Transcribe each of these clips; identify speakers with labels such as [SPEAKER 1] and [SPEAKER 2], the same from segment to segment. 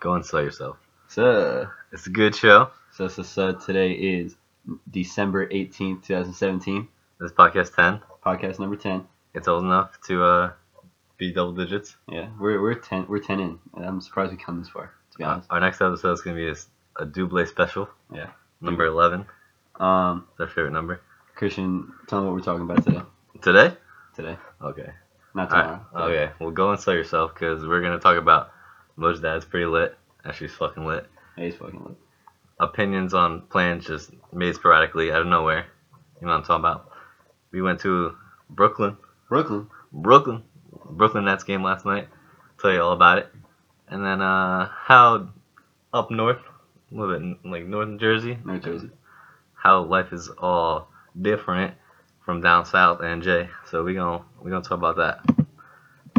[SPEAKER 1] Go and sell yourself.
[SPEAKER 2] So,
[SPEAKER 1] It's a good show.
[SPEAKER 2] so, so, so today is December 18th, 2017,
[SPEAKER 1] This is podcast 10.
[SPEAKER 2] podcast number 10.
[SPEAKER 1] It's old enough to uh, be double digits.
[SPEAKER 2] Yeah, we're, we're 10 we're 10 in. and I'm surprised we come this far, to be honest.
[SPEAKER 1] Uh, Our next episode is going to be this, a double special.
[SPEAKER 2] Yeah.
[SPEAKER 1] Number 11. It's
[SPEAKER 2] Um,
[SPEAKER 1] our favorite number.
[SPEAKER 2] Christian, tell me what we're talking about today.
[SPEAKER 1] Today?
[SPEAKER 2] Today,
[SPEAKER 1] Okay.
[SPEAKER 2] not
[SPEAKER 1] All right.
[SPEAKER 2] tomorrow. today.
[SPEAKER 1] Okay. Well, go and sell yourself because we're going to talk about Moj Dad's pretty lit. Actually, she's fucking lit.
[SPEAKER 2] Hey, it's fucking lit.
[SPEAKER 1] opinions on plans just made sporadically out of nowhere. You know what I'm talking about? We went to Brooklyn,
[SPEAKER 2] Brooklyn.
[SPEAKER 1] Brooklyn, Brooklyn Nets game last night. Tell you all about it. And then uh, how up north, a little bit in, like northern Jersey,
[SPEAKER 2] New Jersey.
[SPEAKER 1] how life is all different from down south and Jay. So we gon' we gonna talk about that.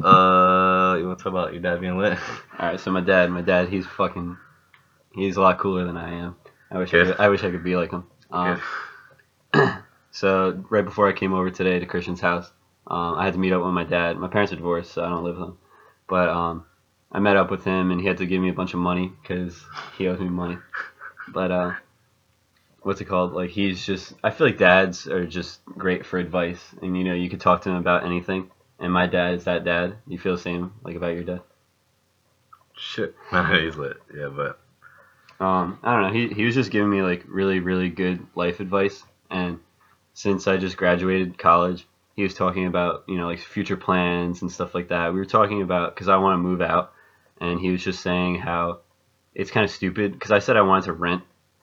[SPEAKER 1] Uh, you wanna talk about your dad being lit?
[SPEAKER 2] All right, so my dad, my dad, he's fucking, he's a lot cooler than I am. I wish I,
[SPEAKER 1] Yeah.
[SPEAKER 2] could, I wish I could be like him.
[SPEAKER 1] Uh,
[SPEAKER 2] Um, So right before I came over today to Christian's house, um, I had to meet up with my dad. My parents are divorced, so I don't live with him. But um, I met up with him, and he had to give me a bunch of money because he owes me money. But uh, what's it called? Like he's just. I feel like dads are just great for advice, and you know you could talk to him about anything. And my dad is that dad. You feel the same like about your dad?
[SPEAKER 1] Shit, nah, he's lit. Yeah, but
[SPEAKER 2] um, I don't know. He, he was just giving me like really really good life advice, and since I just graduated college, he was talking about you know like future plans and stuff like that. We were talking about because I want to move out, and he was just saying how it's kind of stupid because I said I wanted to rent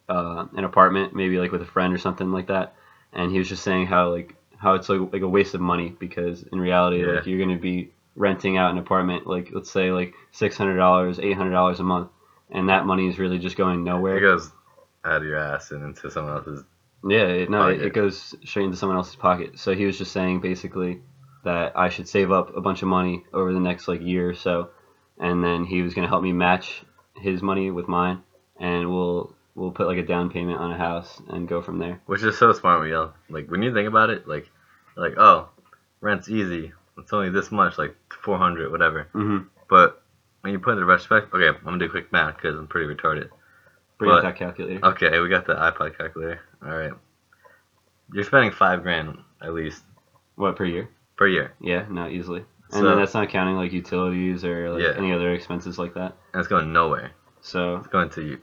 [SPEAKER 2] uh, an apartment, maybe like with a friend or something like that, and he was just saying how like how it's like like a waste of money because in reality
[SPEAKER 1] Yeah.
[SPEAKER 2] like you're gonna be renting out an apartment like let's say like six hundred dollars, eight hundred dollars a month and that money is really just going
[SPEAKER 1] it
[SPEAKER 2] nowhere.
[SPEAKER 1] goes out of your ass and into someone else's
[SPEAKER 2] yeah, it, no, it,
[SPEAKER 1] Pocket.
[SPEAKER 2] it goes straight into someone else's pocket. So he was just saying basically that I should save up a bunch of money over the next like year or so, and then he was gonna help me match his money with mine, and we'll we'll put like a down payment on a house and go from there.
[SPEAKER 1] Which is so smart, Miguel. Like when you think about it, like, like oh, rent's easy. It's only this much, like four hundred, whatever.
[SPEAKER 2] Mm-hmm.
[SPEAKER 1] But when you put it in respect, okay, I'm gonna do quick math because I'm pretty retarded.
[SPEAKER 2] Bring up
[SPEAKER 1] But-
[SPEAKER 2] that calculator.
[SPEAKER 1] Okay, we got the iPod calculator. All right, you're spending five grand at least
[SPEAKER 2] what per year?
[SPEAKER 1] per year,
[SPEAKER 2] Yeah, no, easily. And
[SPEAKER 1] So-
[SPEAKER 2] then that's not counting like utilities or like
[SPEAKER 1] Yeah.
[SPEAKER 2] any other expenses like that.
[SPEAKER 1] and it's going nowhere.
[SPEAKER 2] So
[SPEAKER 1] It's going to you,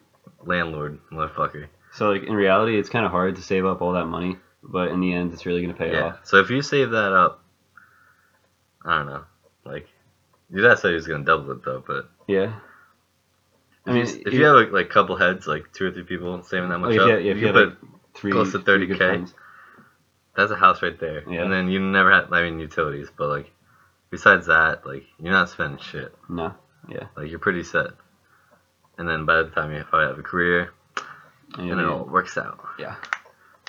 [SPEAKER 1] landlord, motherfucker.
[SPEAKER 2] so like in reality, it's kind of hard to save up all that money, but in the end, it's really gonna pay
[SPEAKER 1] yeah.
[SPEAKER 2] off.
[SPEAKER 1] So if you save that up, I don't know, like, you that's how he's gonna double it though, but.
[SPEAKER 2] Yeah. I mean,
[SPEAKER 1] if you have like, like couple heads, like two or three people saving that much
[SPEAKER 2] like, Oh, if
[SPEAKER 1] up,
[SPEAKER 2] you had- if
[SPEAKER 1] you
[SPEAKER 2] you
[SPEAKER 1] could
[SPEAKER 2] had,
[SPEAKER 1] put
[SPEAKER 2] like, three,
[SPEAKER 1] close to
[SPEAKER 2] three good
[SPEAKER 1] 30K.
[SPEAKER 2] friends.
[SPEAKER 1] that's a house right there.
[SPEAKER 2] Yeah.
[SPEAKER 1] And then you never had I mean utilities, but like besides that, like you're not spending shit.
[SPEAKER 2] No.
[SPEAKER 1] Like you're pretty set. And then by the time you probably have a career,
[SPEAKER 2] And
[SPEAKER 1] and it all works out.
[SPEAKER 2] Yeah.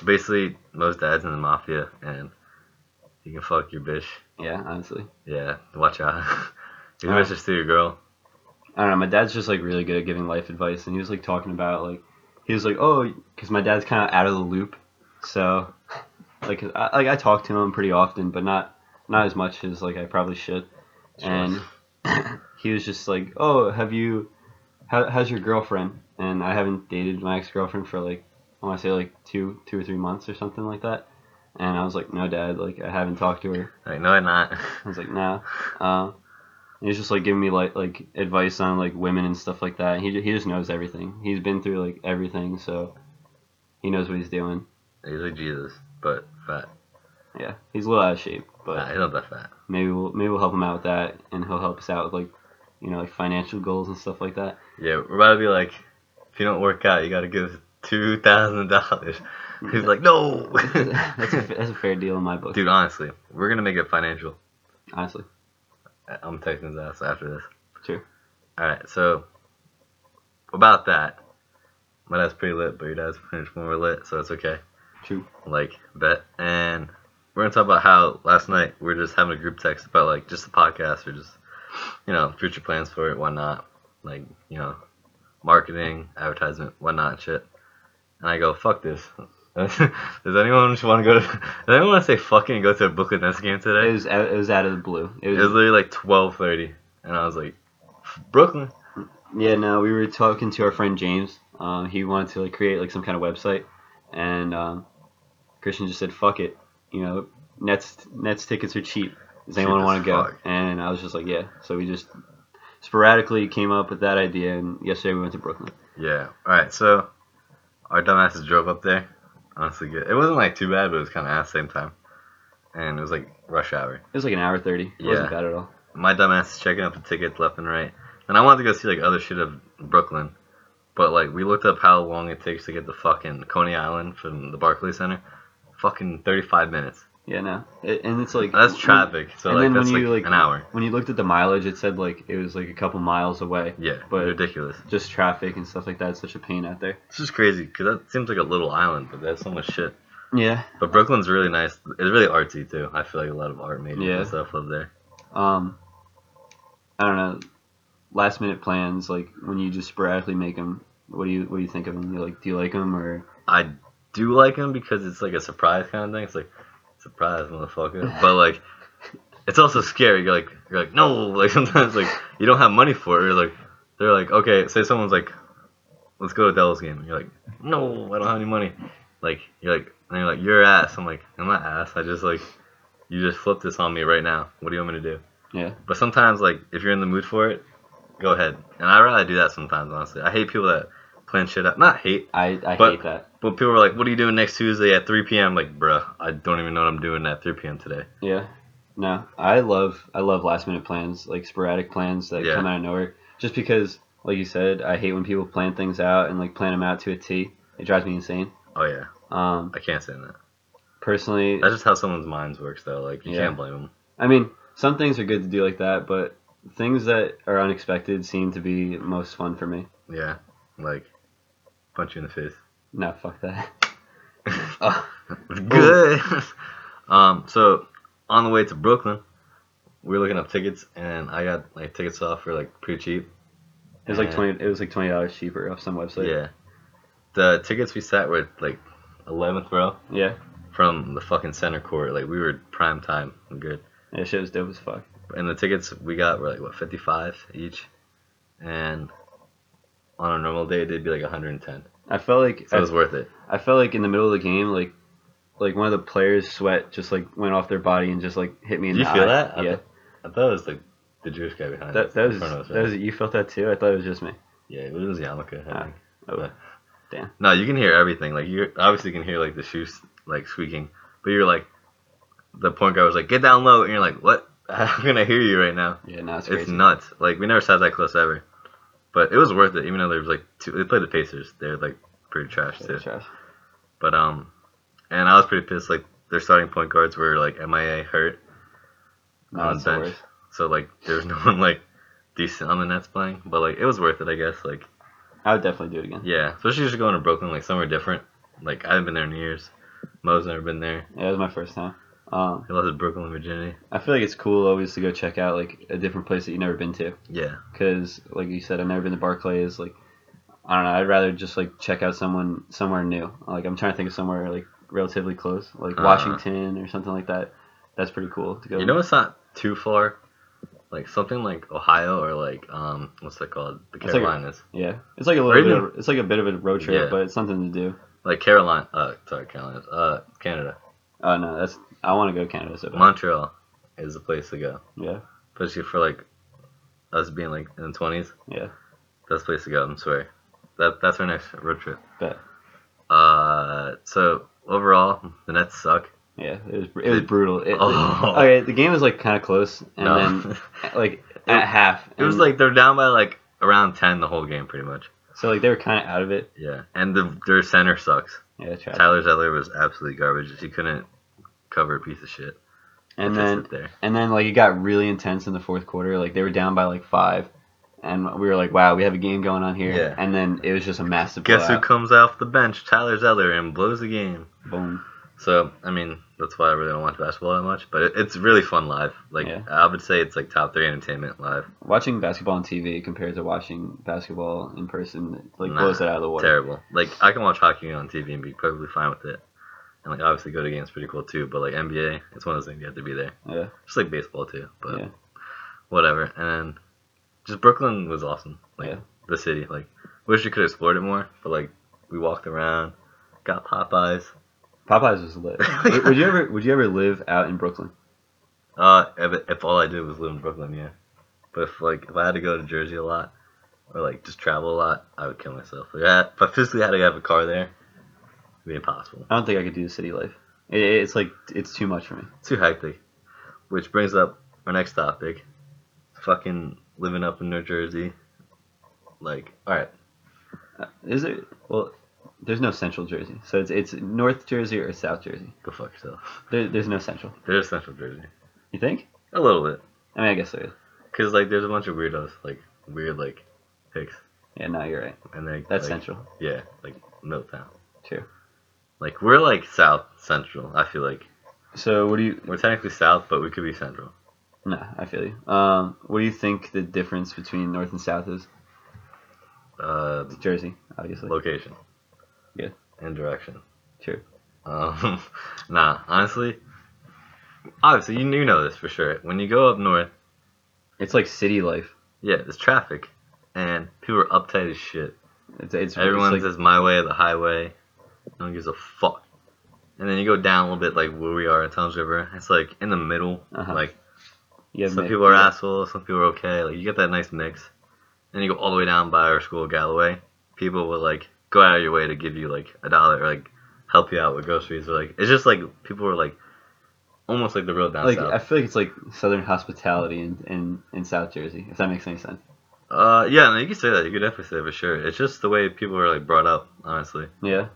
[SPEAKER 1] Basically, most dads in the mafia, and you can fuck your bitch.
[SPEAKER 2] yeah, honestly.
[SPEAKER 1] Yeah, watch out. you can
[SPEAKER 2] Uh.
[SPEAKER 1] message to your girl.
[SPEAKER 2] I don't know. My dad's just like really good at giving life advice, and he was like talking about like he was like, oh, because my dad's kind of out of the loop, so like I, like I talk to him pretty often, but not not as much as like I probably should. And he was just like, oh, have you? How, how's your girlfriend? And I haven't dated my ex girlfriend for like I want to say like two two or three months or something like that. And I was like, no, dad, like I haven't talked to her.
[SPEAKER 1] like no, I'm not.
[SPEAKER 2] I was like, nah. Uh, he was just like giving me like like advice on like women and stuff like that. He ju- he just knows everything. He's been through like everything, so he knows what he's doing.
[SPEAKER 1] he's like Jesus, but fat.
[SPEAKER 2] Yeah, he's a little out of shape,
[SPEAKER 1] Nah,
[SPEAKER 2] but
[SPEAKER 1] he's not that fat.
[SPEAKER 2] maybe we'll maybe we'll help him out with that, and he'll help us out with like you know like financial goals and stuff like that.
[SPEAKER 1] Yeah, we're about to be like, if you don't work out, you gotta give us two thousand dollars. He's like, no.
[SPEAKER 2] that's a, that's a fair deal in my book,
[SPEAKER 1] Dude, honestly, we're gonna make it financial.
[SPEAKER 2] honestly.
[SPEAKER 1] I- I'm texting his ass after this.
[SPEAKER 2] Sure.
[SPEAKER 1] All right, so about that, my dad's pretty lit, but your dad's pretty much more lit, so it's okay.
[SPEAKER 2] True.
[SPEAKER 1] Like bet, and we're gonna talk about how last night we are just having a group text about like just the podcast or just you know future plans for it, whatnot, like you know marketing, advertisement, whatnot, and shit. And I go, fuck this. Does anyone just want to go to? Does anyone want to say fucking go to a Brooklyn Nets game today?
[SPEAKER 2] It was out, it was out of the blue. It
[SPEAKER 1] It was
[SPEAKER 2] was
[SPEAKER 1] literally like twelve thirty, and I was like, Brooklyn.
[SPEAKER 2] yeah, no, we were talking to our friend James. Um, he wanted to like create like some kind of website, and um, Christian just said, "Fuck it, you know, Nets Nets tickets are cheap. Does
[SPEAKER 1] Cheap
[SPEAKER 2] anyone
[SPEAKER 1] as
[SPEAKER 2] want to go?"
[SPEAKER 1] fuck.
[SPEAKER 2] And I was just like, "Yeah." So we just sporadically came up with that idea, and yesterday we went to Brooklyn.
[SPEAKER 1] Yeah. All right. So our dumbasses drove up there. Honestly, good. It wasn't like too bad, but it was kind of at the same time, and it was like rush hour.
[SPEAKER 2] It was like an hour thirty. It
[SPEAKER 1] Yeah.
[SPEAKER 2] wasn't bad at all.
[SPEAKER 1] My dumbass is checking up the tickets left and right, and I wanted to go see like other shit of Brooklyn, but like we looked up how long it takes to get to fucking Coney Island from the Barclays Center. Fucking 35 minutes.
[SPEAKER 2] Yeah, no, it, and it's like
[SPEAKER 1] That's traffic. So
[SPEAKER 2] and
[SPEAKER 1] like
[SPEAKER 2] then when
[SPEAKER 1] that's like,
[SPEAKER 2] you, like-
[SPEAKER 1] an hour.
[SPEAKER 2] When you looked at the mileage, it said like it was like a couple miles away.
[SPEAKER 1] Yeah.
[SPEAKER 2] but-
[SPEAKER 1] ridiculous.
[SPEAKER 2] Just traffic and stuff like that. It's such a pain out there.
[SPEAKER 1] It's just crazy because that seems like a little island, but that's so much shit.
[SPEAKER 2] Yeah.
[SPEAKER 1] But Brooklyn's really nice. It's really artsy too. I feel like a lot of art majors
[SPEAKER 2] Yeah.
[SPEAKER 1] and stuff live there.
[SPEAKER 2] Um, I don't know. Last minute plans, like when you just sporadically make them. What do you What do you think of them? You like Do you like them or?
[SPEAKER 1] I do like them because it's like a surprise kind of thing. It's like surprise, motherfucker. But like, it's also scary. You're like, you're like, no. Like sometimes like you don't have money for it. You're like, they're like, okay. Say someone's like, let's go to Devil's game. And you're like, no, I don't have any money. Like you're like, and you're like, your ass. I'm like, I'm not ass. I just like, you just flipped this on me right now. What do you want me to do?
[SPEAKER 2] Yeah.
[SPEAKER 1] But sometimes, like, if you're in the mood for it, go ahead. And I rather do that sometimes, honestly. I hate people that plan shit out. Not hate,
[SPEAKER 2] I I
[SPEAKER 1] But-
[SPEAKER 2] hate that.
[SPEAKER 1] but people are like, what are you doing next Tuesday at 3 p.m.? Like, bruh, I don't even know what I'm doing at 3 p.m. today.
[SPEAKER 2] Yeah. No, I love I love last minute plans, like sporadic plans that
[SPEAKER 1] Yeah.
[SPEAKER 2] come out of nowhere. Just because, like you said, I hate when people plan things out and like plan them out to a T. It drives me insane.
[SPEAKER 1] Oh, yeah.
[SPEAKER 2] Um,
[SPEAKER 1] I can't stand that.
[SPEAKER 2] personally,
[SPEAKER 1] That's just how someone's minds works, though. Like, you
[SPEAKER 2] Yeah.
[SPEAKER 1] can't blame them.
[SPEAKER 2] I mean, some things are good to do like that, but things that are unexpected seem to be most fun for me.
[SPEAKER 1] Yeah. Like, punch you in the face.
[SPEAKER 2] No, fuck that. Uh,
[SPEAKER 1] Good. um, so, on the way to Brooklyn, we were looking up tickets, and I got, like, tickets off for, like, pretty cheap.
[SPEAKER 2] it was like
[SPEAKER 1] Yeah.
[SPEAKER 2] twenty. It was like twenty dollars cheaper off some website.
[SPEAKER 1] yeah. The tickets we sat were, like, 11th row.
[SPEAKER 2] yeah.
[SPEAKER 1] from the fucking center court. Like we were prime time, good.
[SPEAKER 2] Yeah, shit was dope as fuck.
[SPEAKER 1] And the tickets we got were like what fifty five each, and on a normal day they'd be like one hundred and ten.
[SPEAKER 2] I felt like
[SPEAKER 1] So it
[SPEAKER 2] I,
[SPEAKER 1] was worth it.
[SPEAKER 2] I felt like in the middle of the game, like like one of the players' sweat just like went off their body and just like hit me in
[SPEAKER 1] Did you
[SPEAKER 2] the
[SPEAKER 1] feel
[SPEAKER 2] eye.
[SPEAKER 1] that? I
[SPEAKER 2] Yeah,
[SPEAKER 1] th- I thought it was like the Jewish guy behind
[SPEAKER 2] that
[SPEAKER 1] us,
[SPEAKER 2] that
[SPEAKER 1] in
[SPEAKER 2] was
[SPEAKER 1] front of us,
[SPEAKER 2] that
[SPEAKER 1] right?
[SPEAKER 2] was you felt that too. I thought it was just me.
[SPEAKER 1] yeah, but it was Yamaka. I
[SPEAKER 2] Ah.
[SPEAKER 1] think.
[SPEAKER 2] Oh,
[SPEAKER 1] But-
[SPEAKER 2] damn.
[SPEAKER 1] No, you can hear everything. Like you obviously can hear like the shoes like squeaking, but you're like the point guard was like get down low, and you're like what? How can I hear you right now?
[SPEAKER 2] Yeah, no, it's
[SPEAKER 1] It's,
[SPEAKER 2] crazy.
[SPEAKER 1] nuts. Like we never sat that close ever, but it was worth it. Even though there was like two, they played the Pacers. They're like pretty trash
[SPEAKER 2] Shit,
[SPEAKER 1] too.
[SPEAKER 2] it's trash.
[SPEAKER 1] But um, and I was pretty pissed. Like their starting point guards were like MIA hurt,
[SPEAKER 2] No,
[SPEAKER 1] On
[SPEAKER 2] it's the
[SPEAKER 1] bench.
[SPEAKER 2] worst.
[SPEAKER 1] so like there was no one like decent on the Nets playing. But like it was worth it, I guess. Like
[SPEAKER 2] I would definitely do it again.
[SPEAKER 1] yeah, especially just going to Brooklyn, like somewhere different. Like I haven't been there in years. Mo's never been there.
[SPEAKER 2] Yeah, it was my first time. Um,
[SPEAKER 1] He loves Brooklyn, Virginia.
[SPEAKER 2] I feel like it's cool always to go check out like a different place that you've never been to,
[SPEAKER 1] Yeah,
[SPEAKER 2] because like you said, I've never been to Barclays. Like, I don't know. I'd rather just like check out someone somewhere new. Like, I'm trying to think of somewhere like relatively close, like
[SPEAKER 1] Uh.
[SPEAKER 2] Washington or something like that. That's pretty cool to go.
[SPEAKER 1] you know it's not too far. Like something like Ohio or like um, what's that called? The
[SPEAKER 2] It's like-
[SPEAKER 1] Carolinas.
[SPEAKER 2] yeah, it's like a
[SPEAKER 1] Or
[SPEAKER 2] little bit.
[SPEAKER 1] even-
[SPEAKER 2] Of, it's like a bit of a road trip,
[SPEAKER 1] Yeah.
[SPEAKER 2] but it's something to do.
[SPEAKER 1] like Carolina, uh, sorry, Carolina, uh, Canada,
[SPEAKER 2] Oh no, that's I want to go to Canada so bad.
[SPEAKER 1] Montreal is the place to go,
[SPEAKER 2] yeah,
[SPEAKER 1] especially for like us being like in the twenties.
[SPEAKER 2] yeah,
[SPEAKER 1] That's the place to go. I'm swear, that that's our next road trip.
[SPEAKER 2] but
[SPEAKER 1] Uh, so overall, the Nets suck.
[SPEAKER 2] yeah, it was br- it was brutal. It,
[SPEAKER 1] Oh.
[SPEAKER 2] Okay, the game was like kind of close, and
[SPEAKER 1] No.
[SPEAKER 2] then like at half,
[SPEAKER 1] it was
[SPEAKER 2] and-
[SPEAKER 1] like they're down by like around ten the whole game, pretty much.
[SPEAKER 2] So like they were kind of out of it.
[SPEAKER 1] Yeah, and the their center sucks.
[SPEAKER 2] Yeah, trash.
[SPEAKER 1] Tyler Zeller was absolutely garbage. He couldn't cover a piece of shit.
[SPEAKER 2] and
[SPEAKER 1] Just
[SPEAKER 2] then
[SPEAKER 1] sit there.
[SPEAKER 2] and then like it got really intense in the fourth quarter. Like they were down by like five, and we were like, "Wow, we have a game going on here."
[SPEAKER 1] Yeah.
[SPEAKER 2] And then it was just a massive
[SPEAKER 1] Guess who
[SPEAKER 2] blowout.
[SPEAKER 1] comes off the bench? Tyler Zeller and blows the game.
[SPEAKER 2] Boom.
[SPEAKER 1] So I mean, that's why I really don't watch basketball that much. But it, it's really fun live. Like
[SPEAKER 2] Yeah.
[SPEAKER 1] I would say it's like top three entertainment live.
[SPEAKER 2] Watching basketball on TV compared to watching basketball in person like
[SPEAKER 1] Nah,
[SPEAKER 2] blows it out of the water.
[SPEAKER 1] Terrible. Like I can watch hockey on TV and be perfectly fine with it. And like obviously go to games pretty cool too. But like NBA, it's one of those things you have to be there.
[SPEAKER 2] Yeah.
[SPEAKER 1] Just like baseball too. But
[SPEAKER 2] Yeah.
[SPEAKER 1] whatever. And then just Brooklyn was awesome. Like
[SPEAKER 2] Yeah.
[SPEAKER 1] the city. Like, wish we could have explored it more, but like we walked around, got Popeyes.
[SPEAKER 2] Popeyes was lit. would, would you ever would you ever live out in Brooklyn?
[SPEAKER 1] Uh, if, if all I did was live in Brooklyn, yeah. But if like if I had to go to Jersey a lot, or like just travel a lot, I would kill myself. Like, I, if I physically had to have a car there, it'd be impossible.
[SPEAKER 2] I don't think I could do the city life. It, it's like it's too much for me.
[SPEAKER 1] Too hectic. Which brings up our next topic. Fucking living up in New Jersey. Like, alright.
[SPEAKER 2] Uh, Is it? Well, there's no Central Jersey, so it's it's North Jersey or South Jersey.
[SPEAKER 1] Go fuck yourself.
[SPEAKER 2] There, there's no Central.
[SPEAKER 1] There's Central Jersey.
[SPEAKER 2] You think?
[SPEAKER 1] A little bit.
[SPEAKER 2] I mean, I guess there is.
[SPEAKER 1] Because, like, there's a bunch of weirdos. Like, weird, like, hicks.
[SPEAKER 2] Yeah, no, you're right.
[SPEAKER 1] And they,
[SPEAKER 2] That's
[SPEAKER 1] like,
[SPEAKER 2] Central.
[SPEAKER 1] Yeah, like, Milltown.
[SPEAKER 2] True.
[SPEAKER 1] Like, we're, like, South Central, I feel like.
[SPEAKER 2] So what do you?
[SPEAKER 1] We're technically South, but we could be Central.
[SPEAKER 2] Nah, I feel you. Um, what do you think the difference between North and South is?
[SPEAKER 1] Uh,
[SPEAKER 2] It's Jersey, obviously.
[SPEAKER 1] location.
[SPEAKER 2] Yeah.
[SPEAKER 1] And direction.
[SPEAKER 2] True.
[SPEAKER 1] Um, nah, honestly, obviously, you, you know this for sure. When you go up north,
[SPEAKER 2] It's like city life.
[SPEAKER 1] yeah, there's traffic, and people are uptight as shit.
[SPEAKER 2] It's, it's
[SPEAKER 1] Everyone
[SPEAKER 2] it's like,
[SPEAKER 1] says my way or the highway. No one gives a fuck. And then you go down a little bit, like where we are at Tom's River. It's like in the middle.
[SPEAKER 2] Uh-huh.
[SPEAKER 1] Like
[SPEAKER 2] yeah,
[SPEAKER 1] some
[SPEAKER 2] ma-
[SPEAKER 1] people are
[SPEAKER 2] yeah.
[SPEAKER 1] assholes, some people are okay. Like you get that nice mix. Then you go all the way down by our school, Galloway. People will like go out of your way to give you like a dollar or like help you out with groceries. Or like it's just like people are like almost like the real down
[SPEAKER 2] Like
[SPEAKER 1] south.
[SPEAKER 2] I feel like it's like Southern hospitality in, in, in South Jersey, if that makes any sense.
[SPEAKER 1] uh, yeah, no, you could say that. You could definitely say that for sure. It's just the way people are like brought up, honestly.
[SPEAKER 2] Yeah,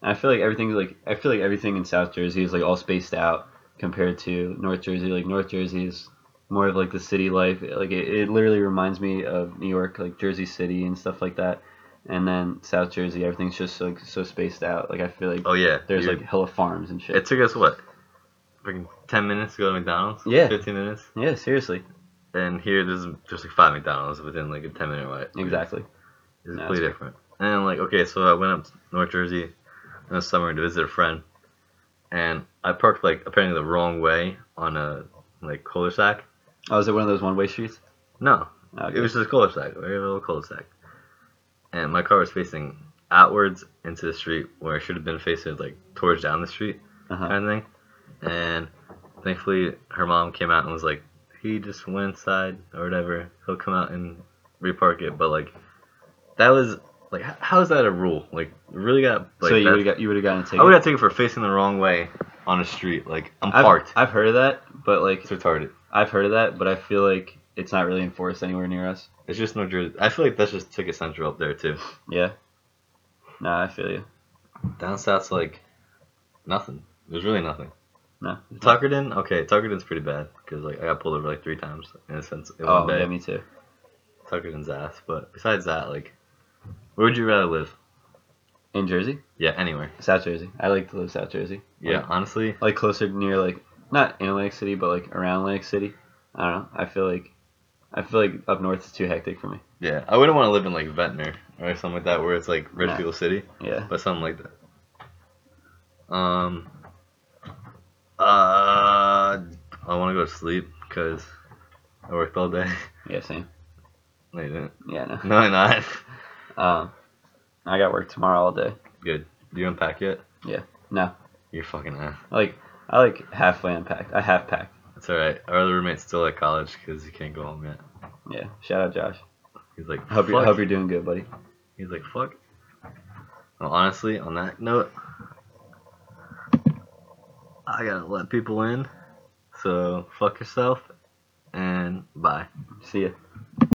[SPEAKER 2] and I feel like everything's like I feel like everything in South Jersey is like all spaced out compared to North Jersey. Like North Jersey is more of like the city life. Like it, it literally reminds me of New York, like Jersey City and stuff like that. And then South Jersey, everything's just like so spaced out. Like I feel like
[SPEAKER 1] Oh yeah,
[SPEAKER 2] there's
[SPEAKER 1] you're-
[SPEAKER 2] like hella farms and shit.
[SPEAKER 1] It took us what, freaking ten minutes to go to McDonald's.
[SPEAKER 2] Yeah.
[SPEAKER 1] fifteen minutes.
[SPEAKER 2] yeah, seriously,
[SPEAKER 1] And here, there's just like five McDonald's within like a ten minute ride.
[SPEAKER 2] exactly.
[SPEAKER 1] It's
[SPEAKER 2] No,
[SPEAKER 1] completely different. And like, okay, so I went up to North Jersey in the summer to visit a friend, and I parked like apparently the wrong way on a like cul-de-sac.
[SPEAKER 2] Oh, is it one of those one way streets?
[SPEAKER 1] No,
[SPEAKER 2] Okay.
[SPEAKER 1] it was just a cul-de-sac, a very little cul-de-sac. And my car was facing outwards into the street where it should have been facing like towards down the street.
[SPEAKER 2] uh
[SPEAKER 1] kind of thing. And thankfully, her mom came out and was like, "He just went inside or whatever. He'll come out and repark it." But like, that was like, h- how is that a rule? Like, you really got like.
[SPEAKER 2] so you
[SPEAKER 1] that-
[SPEAKER 2] would have got you would have gotten a ticket.
[SPEAKER 1] I would have taken for facing the wrong way on a street. Like, I'm
[SPEAKER 2] I've,
[SPEAKER 1] parked.
[SPEAKER 2] I've heard of that, but like
[SPEAKER 1] it's retarded.
[SPEAKER 2] I've heard of that, but I feel like it's not really enforced anywhere near us.
[SPEAKER 1] It's just New Jersey. I feel like that's just ticket central up there too.
[SPEAKER 2] Yeah. Nah, I feel you.
[SPEAKER 1] Down south's like nothing. There's really nothing.
[SPEAKER 2] No.
[SPEAKER 1] Tuckerton, okay, Tuckerton's pretty bad because like I got pulled over like three times in a sense. in one
[SPEAKER 2] Oh,
[SPEAKER 1] day.
[SPEAKER 2] yeah, me too.
[SPEAKER 1] Tucker and Zath. But besides that, like, where would you rather live?
[SPEAKER 2] In Jersey,
[SPEAKER 1] Yeah, anywhere.
[SPEAKER 2] South Jersey. I like to live South Jersey.
[SPEAKER 1] Yeah,
[SPEAKER 2] Like,
[SPEAKER 1] honestly,
[SPEAKER 2] like closer near like not in Atlantic City, but like around Atlantic City. I don't know. I feel like I feel like up north is too hectic for me.
[SPEAKER 1] yeah, I wouldn't want to live in like Ventnor or something like that, where it's like rich
[SPEAKER 2] Nah.
[SPEAKER 1] people city,
[SPEAKER 2] Yeah.
[SPEAKER 1] but something like that. Um, uh, I want to go to sleep because I worked all day.
[SPEAKER 2] Yeah, same.
[SPEAKER 1] no, you didn't.
[SPEAKER 2] Yeah, no.
[SPEAKER 1] No, I'm not.
[SPEAKER 2] Um I got work tomorrow all day.
[SPEAKER 1] Good. Do you unpack yet?
[SPEAKER 2] No.
[SPEAKER 1] You're fucking ass.
[SPEAKER 2] Like I like halfway unpacked. I half packed.
[SPEAKER 1] It's all right. Our other roommate's still at college because he can't go home yet.
[SPEAKER 2] Yeah. Shout out Josh.
[SPEAKER 1] He's like,
[SPEAKER 2] Hope you
[SPEAKER 1] "Fuck
[SPEAKER 2] hope you're doing good, buddy.
[SPEAKER 1] He's like, fuck. Well, honestly, on that note, I gotta let people in. So, fuck yourself and bye.
[SPEAKER 2] See ya.